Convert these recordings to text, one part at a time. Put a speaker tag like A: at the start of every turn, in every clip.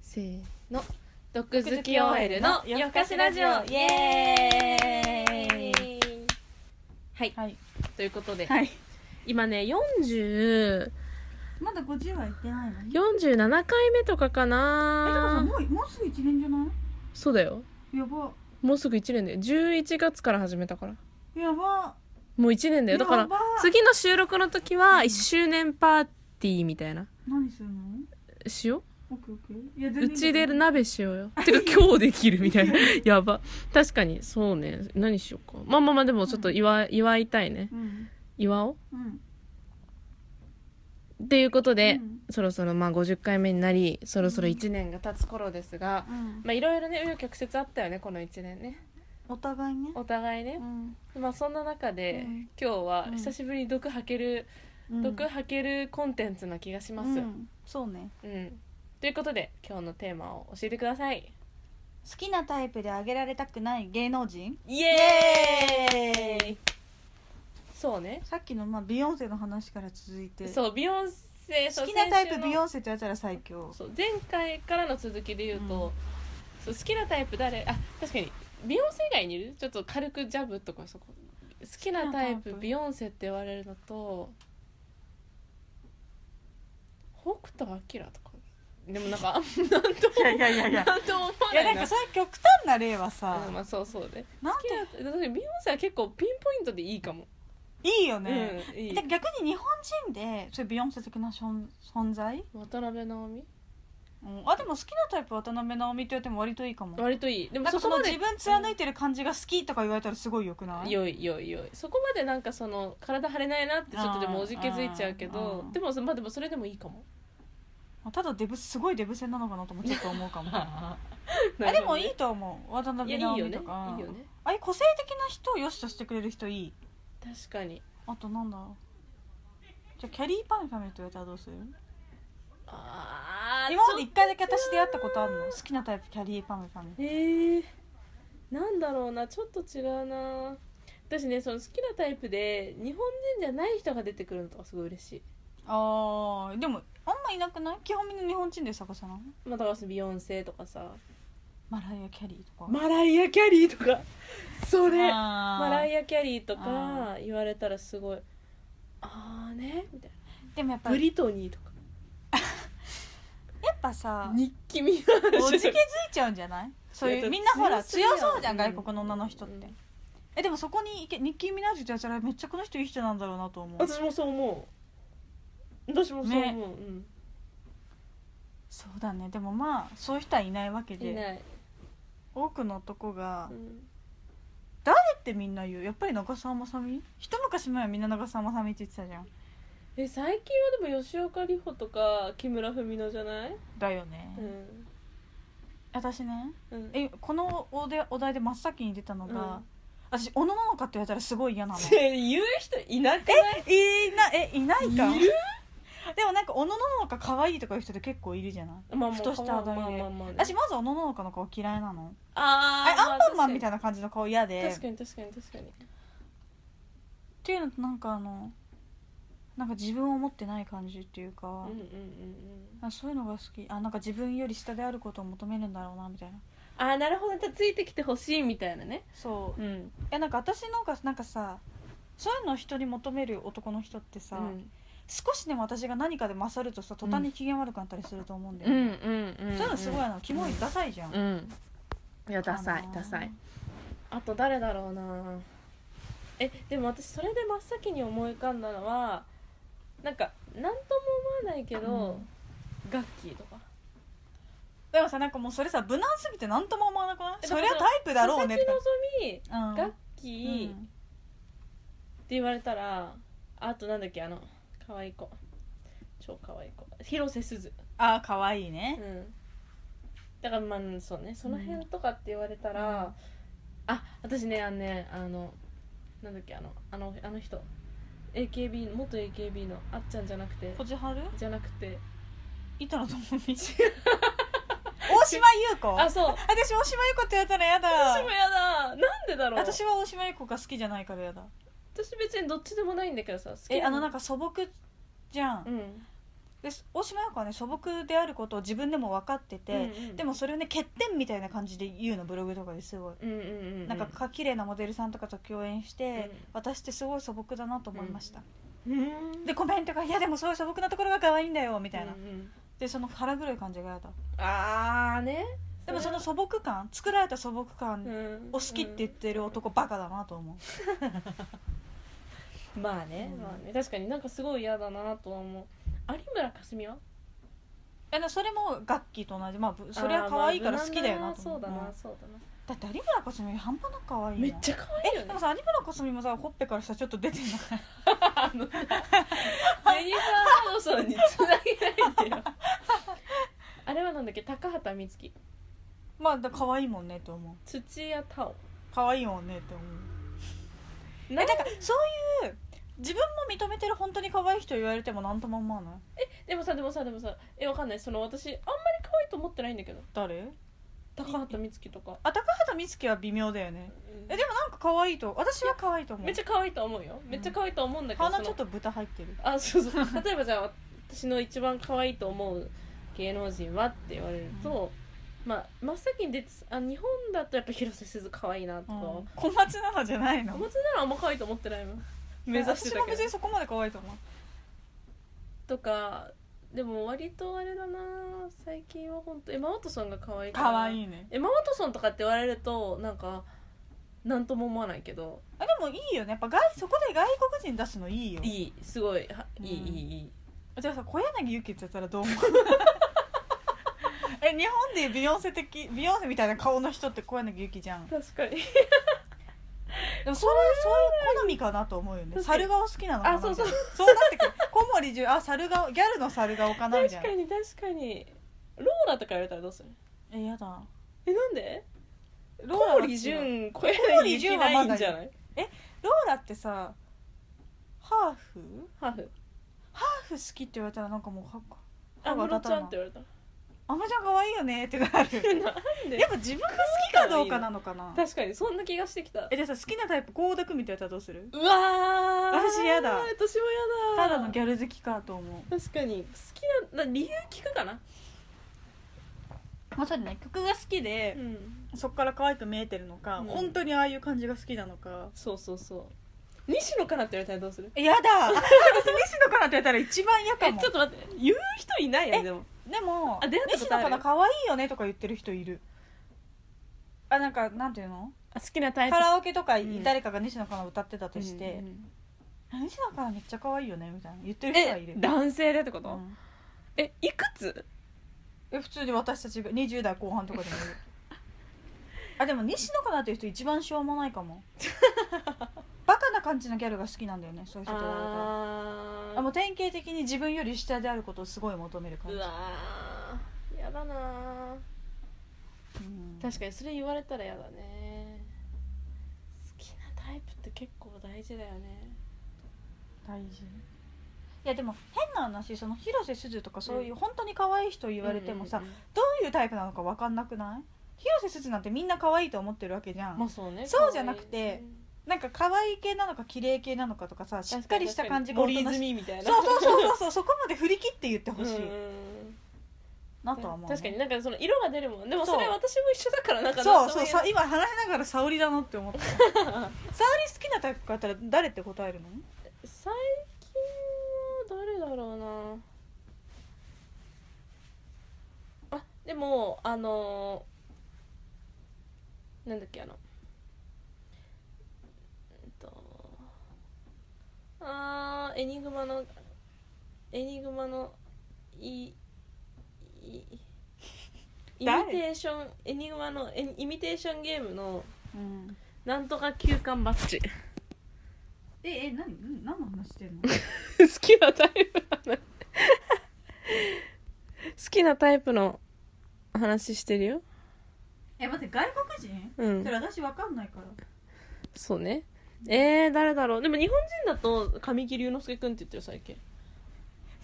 A: せーの毒好き OL の夜更かしラジオイエーイはい、
B: はい
A: ということで、
B: はい
A: 今ね40
B: まだ50は行ってないのねえてか
A: 47回目とかか
B: さ
A: な
B: もうもうすぐ1年じゃな
A: そうだよ
B: いやば
A: もうすぐ1年で11月から始めたから
B: やば
A: もう1年だよだか
B: や
A: ら
B: ば
A: 次の収録の時は1周年パーティーみたいな
B: 何するの
A: しよ
B: オッケーオッケーいや
A: う
B: 全
A: う
B: 然
A: ちで鍋しようよてか今日できるみ たいなやば確かにそうね何しようかまあまあまあでもちょっと祝い祝いたいね
B: うん
A: 祝おう
B: うん
A: っていうことで、
B: うん
A: そろそろまあ50回目になりそろそろ1年が経つ頃ですが、
B: うん
A: まあいろいろね紆余曲折あったよねこの1年ね
B: お互いね
A: お互いね
B: う、ん
A: まあそんな中で、
B: うん
A: 今日は
B: うん
A: 久しぶりに毒吐ける、
B: うん
A: 毒吐けるコンテンツな気がします、う
B: うんんそうね
A: ということで今日のテーマを教えてください
B: 好きなタイプであげられたくない芸能人
A: イエーイそうね
B: さっきのまあビヨンセの話から続いて
A: そうビヨンセ
B: 好きなタイプビ
A: ン
B: ヨンセってやったら最強
A: そう前回からの続きで言うと、そう好きなタイプ誰あ確かにビヨンセ以外にいるちょっと軽くジャブとかそこ好きなタイ
B: 好きなタ
A: プ
B: イプ
A: ビヨンセって言われるのと北斗晶とかでもなんかなんとも
B: いやいやいやいや
A: なんとも思わ
B: い
A: な
B: や
A: い
B: なん
A: な
B: かそういう極端な例はさ
A: うんまあそうそうで
B: なん
A: 好きな私ビヨンセは結構ピンポイントでいいかも、
B: いいよね
A: うんいい
B: で逆に日本人でそういうビヨンセ的な存存在、
A: 渡辺直美
B: うん、あでも好きなタイプ渡辺直美って言っても割といいかも
A: 割といいでも
B: なん
A: そ
B: かそ
A: こ
B: の
A: まで
B: 自分貫いてる感じが好きとか言われたらすごいよくない
A: 良い良い良いそこまでなんかその体張れないなってちょっとでもおじけづいちゃうけど
B: あーあー
A: でもそまあでもそれでもいいか も
B: ただデブすごいデブ戦なのかなともちょっと思うかも あ
A: あ
B: でもいいと思う渡
A: いや
B: 辺
A: いいよ
B: 直
A: ねい
B: 美
A: いよ
B: と
A: ね
B: かああいう個性的な人を良しとしてくれる人いい
A: 確かに
B: あとなんだろうじゃあキャリーパンファミリーと言われたらどうする
A: ああ
B: 今まで一回だけ私出会ったことあるの好きなタイプキャリーパンファミリー
A: えー、なんだろうなちょっと違うな私ねその好きなタイプで日本人じゃない人が出てくるのとかすごい嬉しい
B: あーでもあんまいなくない基本みんな日本人で探さない
A: まあだからそのビヨンセとかさ
B: マライア・キャリーとか、
A: マライア・キャリーとかそれマ
B: マ
A: ラ
B: ライ
A: イア・キャリーと
B: あ
A: か言われたらすごいああねみたいな
B: アでもやっぱ
A: ブ
B: やっ
A: リトニーとか
B: ぱさ
A: 日記見
B: おじけづいちゃうんじゃないそう
A: い
B: い
A: や
B: うみんなほら
A: 強すぎやろ
B: 強そうじゃん外国の女の人って、
A: うん
B: えでもそこに行けニッキー・ミナージュってやつらめっちゃこの人いい人なんだろうなと思う
A: 私もそう思う私もそう思う、
B: ねそうだねでもまあそういう人はいないわけ
A: うん、
B: で
A: いない、
B: 多くの男が
A: う
B: 「
A: ん
B: えってみんな言うやっぱり長澤まさみ一昔前はみんな長澤まさみって言ってたじゃん
A: え最近はでも吉岡里帆とか木村文乃じゃない、
B: だよね、
A: うん
B: 私ね
A: うん、
B: えこのおでお題で真っ先に出たのが、
A: うん
B: 私「おのののか」って言われたらすごい嫌なの
A: 言う人いなくない
B: いなえいないか
A: いる
B: でもなんか「おのののか可愛いとかいう人って結構いるじゃない
A: まあ
B: ふとしたあだ名で
A: まあまあまあね
B: 私まず「おのののか」の顔嫌いなのあ
A: あーま
B: アンパンマンみた
A: い
B: いな感じの顔嫌で
A: 確かに確かに確かに
B: っていうのとなんかあのなんか自分を持ってない感じっていうか、
A: うんうんうんうん
B: あそういうのが好きあなんか自分より下であることを求めるんだろうなみたいな
A: あーなるほどじゃあついてきてほしいみたいなね
B: そう、
A: うん
B: えなんか私のがなんかさそういうのを人に求める男の人ってさ、
A: うん
B: 少しでも私が何かで勝るとさ途端に機嫌悪くなったりすると思うんだ
A: う
B: よ、
A: んうんうん
B: そういうのすごいな、キモい
A: うん
B: ダサいじゃん、
A: うんいやダサい
B: かな
A: ダサいあと誰だろうなえでも私それで真っ先に思い浮かんだのはなんか何とも思わないけど、ガッキーとか
B: でもさなんかもうそれさ無難すぎて何とも思わなくない
A: え
B: それはタイプだろうね
A: 佐
B: と
A: 々
B: か
A: 木希ガ
B: うん
A: ッキーって言われたら、あとなんだっけあの可愛い子超可愛い子広瀬すず
B: ああ可愛いうね
A: んだからまあそうねその辺とかって言われたら、
B: うん
A: あ私ねあのねあのなんだっけあのあのあの人 AKB 元 AKB のあっちゃんじゃなくて
B: こじはる
A: じゃなくて
B: 板野友 美大島優子
A: あそう
B: 私大島優子って言われたらやだ
A: 私もやだなんでだろう
B: 私は大島優子が好きじゃないからやだ
A: 私別にどっちでもないんだけどさ好き
B: えあのなん
A: か
B: か素朴じゃん、
A: うん
B: で大島優子はね素朴であることを自分でも分かってて、
A: うんうん
B: でもそれをね欠点みたいな感じで言うのブログとかですごい、
A: うんうんうんうん
B: なんかか綺麗なモデルさんとかと共演して、
A: うん
B: 私ってすごい素朴だなと思いました、
A: うん
B: でコメントが「いやでもそういう素朴なところが可愛いんだよ」みたいな、
A: うんうん
B: でその腹黒い感じが嫌だ
A: ああね
B: でもその素朴感作られた素朴感を
A: お
B: 好きって言ってる男バカだなと思う、
A: まあね,、
B: うん
A: まあね確かになんかすごい嫌だなとは思う有村架純は
B: えなそれもガッキーと同じまあぶそれは可愛いから好きだよな
A: あーまあ無難そ
B: と
A: う
B: 思う,う
A: だ
B: ん、
A: なそうだな
B: だって有村架純半端なく可愛い
A: めっちゃ可愛いよ
B: えで
A: ね
B: もさ有村架純もさほっぺからさちょっと出てない
A: あのさジェニファー・ハドソンにつなげないでよあれはなんだっけ高畑充希
B: まあだ可愛いもんねと思う
A: 土屋太鳳
B: 可愛いもんねと思う
A: え
B: えなんかそういう自分も認めてる本当に可愛い人言われても何とも思わない
A: でもさでもさでもさえわかんないその私あんまり可愛いと思ってないんだけど
B: 誰
A: 高畑充希とか
B: あ高畑充希は微妙だよねえでもなんか可愛いと私は可愛いと思う
A: めっちゃ可愛いと思うよめっちゃ可愛いと思うんだけど、
B: 鼻
A: そ
B: ち
A: の
B: ょっと豚入ってる
A: あそう そう例えばじゃあ私の一番可愛いと思う芸能人はって言われると、まあ真っ先に出てあ日本だとやっぱ広瀬すず可愛いなとか、
B: うん小松菜奈じゃない
A: 小
B: の
A: 松菜奈はあんま可愛いと思ってないもん目指して
B: 私
A: た
B: も
A: け
B: 別
A: ど
B: にそこまで可愛いと思う
A: とかでも割とあれだな最近は本当エマ・ワトソンが可愛い
B: 可愛
A: い
B: いね
A: エマ・ワトソンとかって言われるとなんかなんとも思わないけど
B: あでもいいよねやっぱ外そこで外国人出すのいいよ
A: いいすごいは
B: うん
A: いいいいい
B: じゃあさ小柳ゆきって言ったらど う思うえ日本でいうビヨンセ的ビヨンセみたいな顔の人って小柳ゆきじゃんで
A: 確かに
B: もそれそういう好みかなと思うよね
A: 確かに
B: 猿顔好きなのかな
A: あそうそう
B: みたいなそうなってくる小森純あ猿顔ギャルの猿顔かなみ
A: 確
B: たいな
A: かに確かにローラとか言われたらどうする
B: えやだ
A: えなんで
B: ロ
A: 小
B: は違
A: 森
B: う
A: 純小柳
B: 小森純はまだ
A: いいんじゃない
B: ローラってさハーフ
A: ハーフ
B: ハーフ好きって言われたらなんかもうかっこ
A: あ
B: 歯が
A: ムロ
B: 立
A: ち
B: たない
A: ゃんって言われた
B: あまちゃん可愛いよねってな る
A: なんで
B: やっぱ自分が好きかどうかなのかな
A: 確かにそんな気がしてきた
B: えでさ好きなタイプ倖田來未ってやったらどうする
A: うわー
B: 私やだ
A: 私もやだ
B: ただのギャル好きかと思
A: 確かに好きなな理由聞くかな
B: うまさにね曲が好きで、
A: ん
B: そっから可愛く見えてるのか、
A: うん
B: 本当にああいう感じが好きなのか
A: そうそうそう西野からって言われたらどうする
B: やだ 私西野かなって言ったら一番嫌か
A: え
B: も
A: ちょっと待って言う人いないよね
B: え
A: でも
B: でも
A: あ出会ったこ
B: 西
A: と
B: 野
A: ある
B: かな可愛いよねとか言ってる人いるあなんかなんていうの
A: 好きなタ
B: カラオケとか
A: う
B: に
A: ん
B: 誰かが西野かな歌ってたと
A: と
B: し
A: して、
B: て、あ西野かなめっちゃ可愛いよねみたいな言ってる人はい
A: え
B: る、
A: 男性でってこ
B: う
A: と、
B: ん
A: えいくつ
B: え普通に私たちが20代後半とかで もいるあでも西野かなっていう人一番しょうもないか もバカな感じのギャルが好きなんだよねそういう人と言われたら
A: あ
B: あもう典型的に自分より下であることをすごい求める感
A: う
B: じ
A: わーやだなー
B: うん
A: 確かにそれ言われたらやだね好きなタイプって結構大事だよね
B: 大事いやでも変な話その広瀬すずとかそういう本当に可愛い人言われてもさ、
A: うんうんうん
B: どういうタイプなのか分かんなくない広瀬すずなんてみんな可愛いと思ってるわけじゃん、
A: まあそうね
B: そうじゃなく
A: 可愛い
B: てなんか可愛い系なのか綺麗系なのかとかさしっかりした感じが
A: 森
B: 大人し
A: 泉みたいな
B: そうそうそうそうそうそこまで振り切って言ってほしい、
A: うんうん
B: なとは思うね、
A: 確かになんかその色が出るもんでも
B: そう
A: それ私も一緒だからなんか
B: そ
A: な
B: うん
A: と
B: そ
A: も
B: う
A: 言えな
B: さ
A: い
B: 今話しながら沙織だなって 思った沙織好きなタイプかったら誰って答えるの
A: 最近は誰だろうなあでもあのーなんだっけあのうんとあーエニグマのエニグマのいいイミ
B: 誰
A: テーションエニグマのエイミテーションゲームの
B: うん
A: なんとか休館バッジ
B: ええ何何の話してん の
A: 好きなタイプの話 好きなタイプの話してるよ
B: え待って外国人
A: うん
B: 私わかんないから
A: そうねえー、誰だろうでも日本人だと神木隆之介君って言ってる最近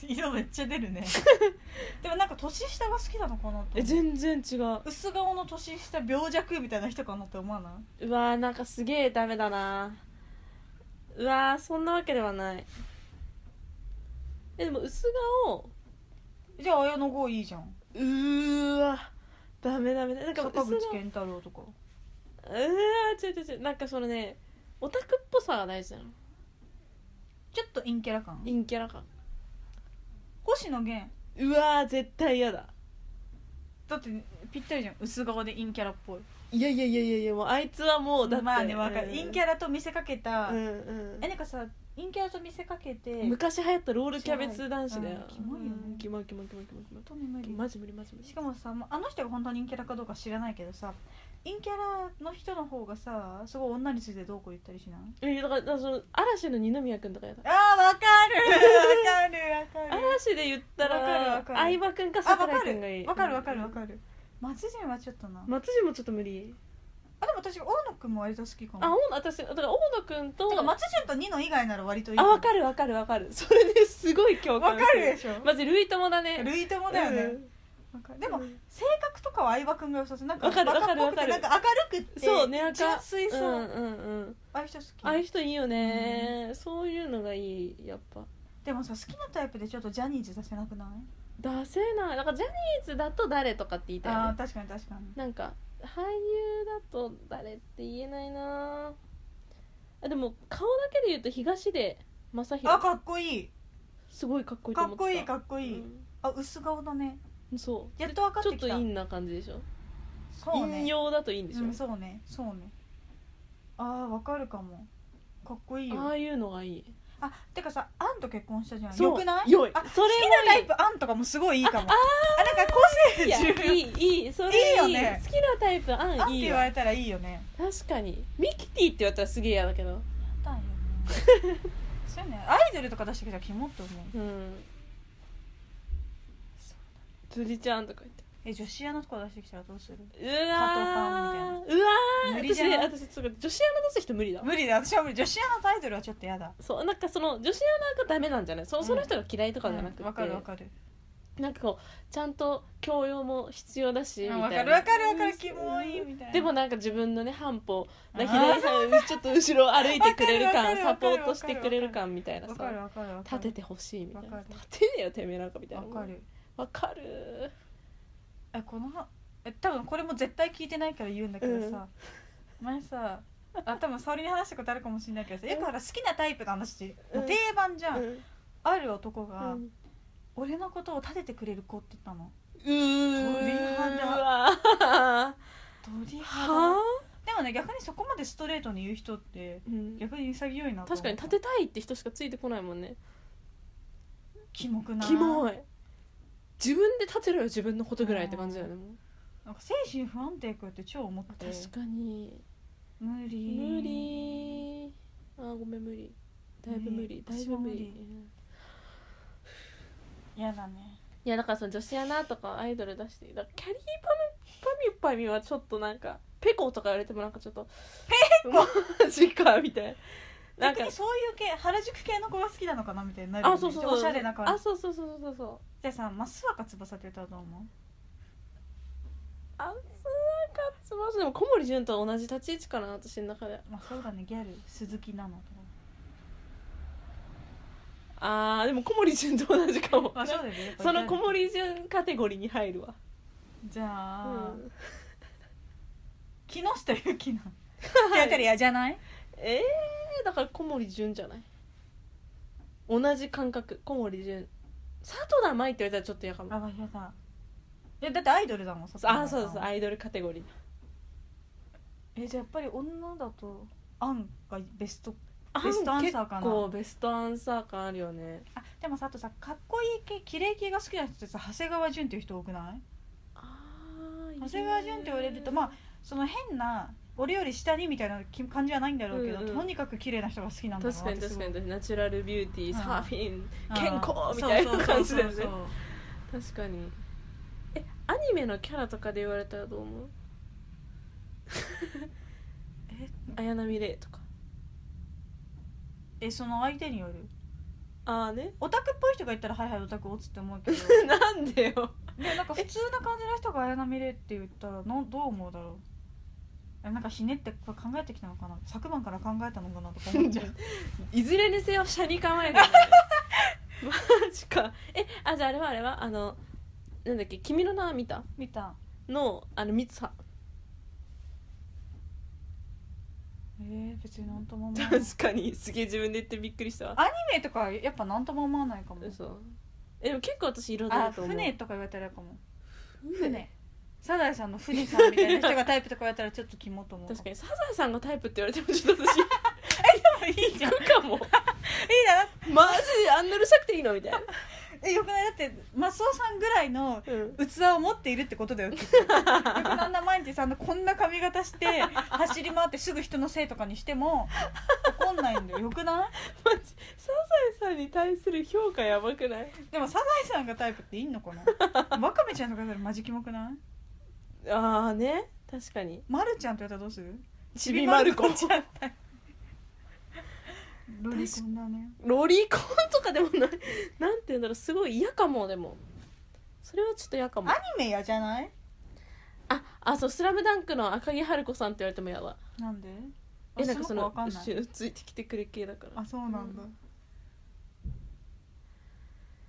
B: 色めっちゃ出るね でもなんか年下が好きなのかなって
A: え全然違ううわ
B: 薄顔の年下病弱みたいな人かなって思わない
A: ーなんかすげえダメだなうわーそんなわけではないえでも薄顔
B: じゃあ綾野剛いいじゃん
A: うーわダメダメなんか
B: 坂
A: その
B: 口健太郎とか
A: うわー違う違う違うなんかそのねオタクっぽさが大事なの
B: ちょっと陰キャラ感
A: 陰キャラ感
B: 星野源
A: うわー絶対嫌だ
B: だってぴったりじゃん薄顔で陰キャラっぽい
A: いやいやいやいやいやもうあいつはもうだって
B: まあねわかる、
A: うん
B: 陰キャラと見せかけた、
A: うんうん
B: えなんかさ陰キャラと見せかけて
A: 昔流行ったロールキャベツ男子だよ
B: うんキモいよね
A: うんキモいキモいキモいキモいキモい
B: 本当に無理
A: マジ無理マジ無理
B: しかもさまあの人が本当に陰キャラかどうか知らないけどさ陰キャラの人の方がさすごい女についてどうこう言ったりしない
A: えだからだからその嵐の二宮君とかやだ
B: あーわかる わかるわかる
A: 嵐で言った
B: わかる
A: ら
B: わかる
A: 相葉君か
B: あわ
A: 桜
B: か
A: 井君がい
B: る
A: い
B: わかるわかるわ
A: る
B: かる松潤はちょっとな、
A: 松潤もちょっと無理
B: あでも私大野くんも割と好きか
A: あ
B: も
A: 大野私だから大野君と
B: てか松潤とニノ以外なら割といい
A: あわ
B: わ
A: かるわかるわかるそれですごい共
B: わ
A: 感
B: かるでしょ
A: マジルイ友だね
B: 類友だよね、
A: うん
B: わかるでも性格とかは相葉君が良さそうなんか
A: わかる
B: バカっぽ
A: わ
B: く
A: か
B: て
A: る
B: な
A: わか
B: んか明るくって
A: そうね明る
B: 純粋そう、
A: うんうんうん
B: ああいう人好き
A: ああいう人いいよね、そういうのがいいやっぱ
B: でもさ好きなタイプでちょっとジャニーズ出せなくない
A: 出せないだからジャニーズだと誰とかって言いたい
B: あ
A: よ
B: あ
A: ね
B: 確かに確かに
A: なんか俳優だと誰って言えないなあでも顔だけで言うと東出昌
B: あ
A: 大
B: かっこいい
A: すごいかっこいいと
B: か
A: 思
B: っ
A: ってた
B: こいい
A: っ
B: かっこ
A: こ
B: いい、あ薄顔だね
A: うん、そう
B: やっと分かって
A: ちょっ
B: きた
A: と陰な感じでしょ
B: そうね
A: 陰陽だといいんでしょ、
B: うん、そうねそうねああわかるかもかっこいいよ
A: あ
B: あ
A: あいうのがいい
B: てかさアンと結婚したじゃん
A: そう
B: よくない
A: よい
B: あ
A: それもいい
B: 好きなタイプアンとかもすごいいいかもああなんか個性
A: いや
B: 重要
A: いいいいそれいい
B: いいよね
A: 好きなタイプあ
B: アンっ
A: ん
B: て
A: いい
B: 言
A: わ
B: われたらいいよね
A: 確かにミキティって言われたらすげえ嫌だけど
B: だよねそうねアイドルとか出してきたらキモって思う
A: うんズリちゃんとか言って
B: え女子アナとか出してきたらどうする
A: うわーうわー
B: 無理じゃない
A: 私私ちょっと女子アナ出す人無理だわ
B: 無理だ私は無理女子アナとアイドルはちょっとやだ
A: そうなんかその女子アナがダメなんじゃないそのその人が嫌いとかじゃなくて、
B: うんわかるわかる
A: なんかこうちゃんと教養も必要だしみ
B: う
A: たい
B: ん
A: な
B: わかるわかるわかるキモいみたいな
A: でもなんか自分のね半歩
B: あー
A: 左さん ちょっと後ろ歩いてくれる
B: わか
A: 感
B: る
A: サ
B: わか
A: ポ
B: る
A: ートしてくれる感みたいな
B: わかる
A: さ
B: わかるわ
A: 立
B: かる
A: ててほしいみたいな
B: わかる
A: 立てねえよてめえなんかみたいな
B: わかる
A: わかる
B: えこのはえ多分これも絶対聞いてないから言うんだけどさ、前さあ多分沙織に話したことあるかもしれないけどさよくほら好きなタイプの話、
A: うん
B: 定番じゃん、
A: うん
B: ある男が、
A: うん
B: 俺のことを立ててくれる子って言ったの
A: うー
B: 鳥肌
A: は
B: 鳥肌
A: あ、
B: でもね逆にそこまでストレートに言う人って
A: うん
B: 逆に潔いなと思
A: 確
B: う
A: かに立てたいって人しかついてこないもんね
B: キモくない
A: キモい自分で立てろよ自分のことぐらいって感じだよねもう
B: なんか精神不安定くって超思って
A: 確かに
B: 無理
A: 無理あーごめん無理だいぶ無理
B: ね
A: だいぶ無理
B: 私も無理
A: うん
B: 嫌だね
A: いやだからその女子アナとかアイドル出してだからキャリーパムパミュパミュはちょっとなんかペコとか言われてもなんかちょっとペコマジかみたいななん
B: 逆
A: か
B: にそういう系原宿系の子が好きなのかなみたいになるよね
A: あそうそうそう
B: おしゃれな感
A: あ
B: じ
A: そうそうそうそうそう
B: じゃあさ増若翼って歌うと思う
A: あそうかつまでも小森純と同じ立ち位置かな私の中で
B: まあそうだねギャル鈴木奈々とか
A: あーでも小森純と同じかも
B: まあそうだよねやっぱ
A: その小
B: ギャル
A: 森純カテゴリーに入るわ
B: じゃあ、
A: うん
B: 木下ゆ きなってやったら嫌じゃない
A: えー、だから小森純じゃない同じ感覚小森純佐藤田舞って言われたらちょっと嫌かも
B: あ嫌だいやだってアイドルだもんさ
A: あそうですアイドルカテゴリー
B: えじゃあやっぱり女だとアンがベスト
A: あ
B: ベストアンサーかな
A: 結構ベストアンサー感あるよね
B: あでもさあとさかっこいい系綺麗系が好きな人ってさ長谷川潤っていう人多くない長谷川潤って言われるとまあその変な俺より下にみたいなき感じはないんだろうけど、
A: うんうん
B: とにかく綺麗な人が好きなんだろう
A: 確かに
B: なってす
A: 確
B: ご
A: か
B: い
A: にナチュラルビューティー
B: うん
A: サーフィン
B: あー
A: 健康みたいな感じだよね
B: そうそうそうそう
A: 確かにえアニメのキャラとかで言われたらどう思う
B: え
A: 綾波レイとか
B: えその相手による
A: ああね
B: オタクっぽい人がいたらはいはいオタクオツって思うけど
A: なんでよ
B: でもなんか普通な感じの人が綾波レイって言ったらのどう思うだろうえなんかひねってこれ考えてきたのかな昨晩から考えたのかなとか思っちゃう
A: いず れにせよ車に構えるよねマジかえあじゃああれはあれはあのなんだっけ「君の名は 見た?
B: 見た」
A: のあのミツハ
B: えー、別になんとも思 わないアニ
A: 確かにすげえ自分で言ってびっくりしたわ
B: あメとかやっぱなんとも思わないかも
A: 嘘えでも結構私色だ
B: あ
A: と思う
B: 船とか言われたらやかも船サザエさんの船さんみたいな 人がタイプとか言われたらちょっとキモと思う
A: 確かにサザエさんがタイプって言われてもちょっと私
B: い いじゃん
A: 行
B: いい
A: くか も
B: だだ
A: マジであんなうるさくていいのみたいな、
B: えよくないだってマスオさんぐらいの
A: うん、
B: 器を持っているってことだよきっとよくあんな毎日さあのこんな髪型して走り回ってすぐ人のせいとかにしても怒んないんだよよくない
A: マジサザエさんに対する評価やばくない
B: でもサザエさんがタイプっていいのかなワカメちゃんとかだったらマジキモくない
A: ああね確かに
B: まるちゃんって言われたらどうする
A: ちびまる子
B: ちゃんタイプロリコンだね
A: ロリコンとかでもないなんて言うんだろうすごい嫌かもでもそれはちょっと嫌かも
B: アニメ嫌じゃない
A: ああそう「スラムダンクの赤木春子さんって言われても嫌だ
B: なんで
A: えなんかそ
B: 子
A: の
B: わかんない
A: 後ろついてきてくれ系だから
B: あそうなんだ
A: う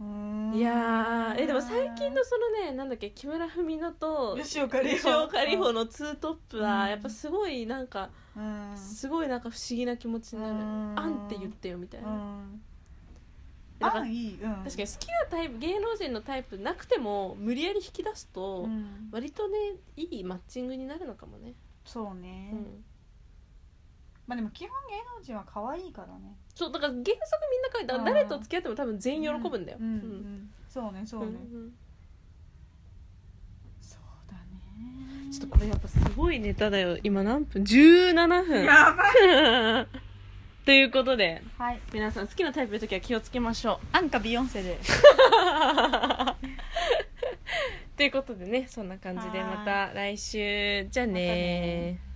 B: うーん
A: いやーえでも最近のそのねなんだっけ木村文乃と
B: 吉岡里
A: 吉
B: 帆
A: 岡里帆のツートップは、
B: うん
A: やっぱすごいなんか
B: うん
A: すごいなんか不思議な気持ちになる
B: う
A: 「
B: ん
A: あん」って言ってよみたいうな、
B: ん
A: だから
B: あいい、うん、
A: 確かに好きなタイプ芸能人のタイプなくても無理やり引き出すと、
B: うん
A: 割とねいいマッチングになるのかもね、
B: そうね、
A: うん、
B: まあでも基本芸能人は可愛いからね
A: そうだから原則みんなからだから
B: あー
A: 誰と付き合っても多分全員喜ぶんだよ、
B: ううんうんそうねそうね、
A: うん
B: そうだね
A: ちょっとこれやっぱすごいネタだよ今何分17分
B: やばい
A: ということで
B: はい
A: 皆さん好きなタイプの時は気をつけましょ
B: アンカビヨンセで
A: うということでねそんな感じで
B: はーい
A: また来週じゃあねー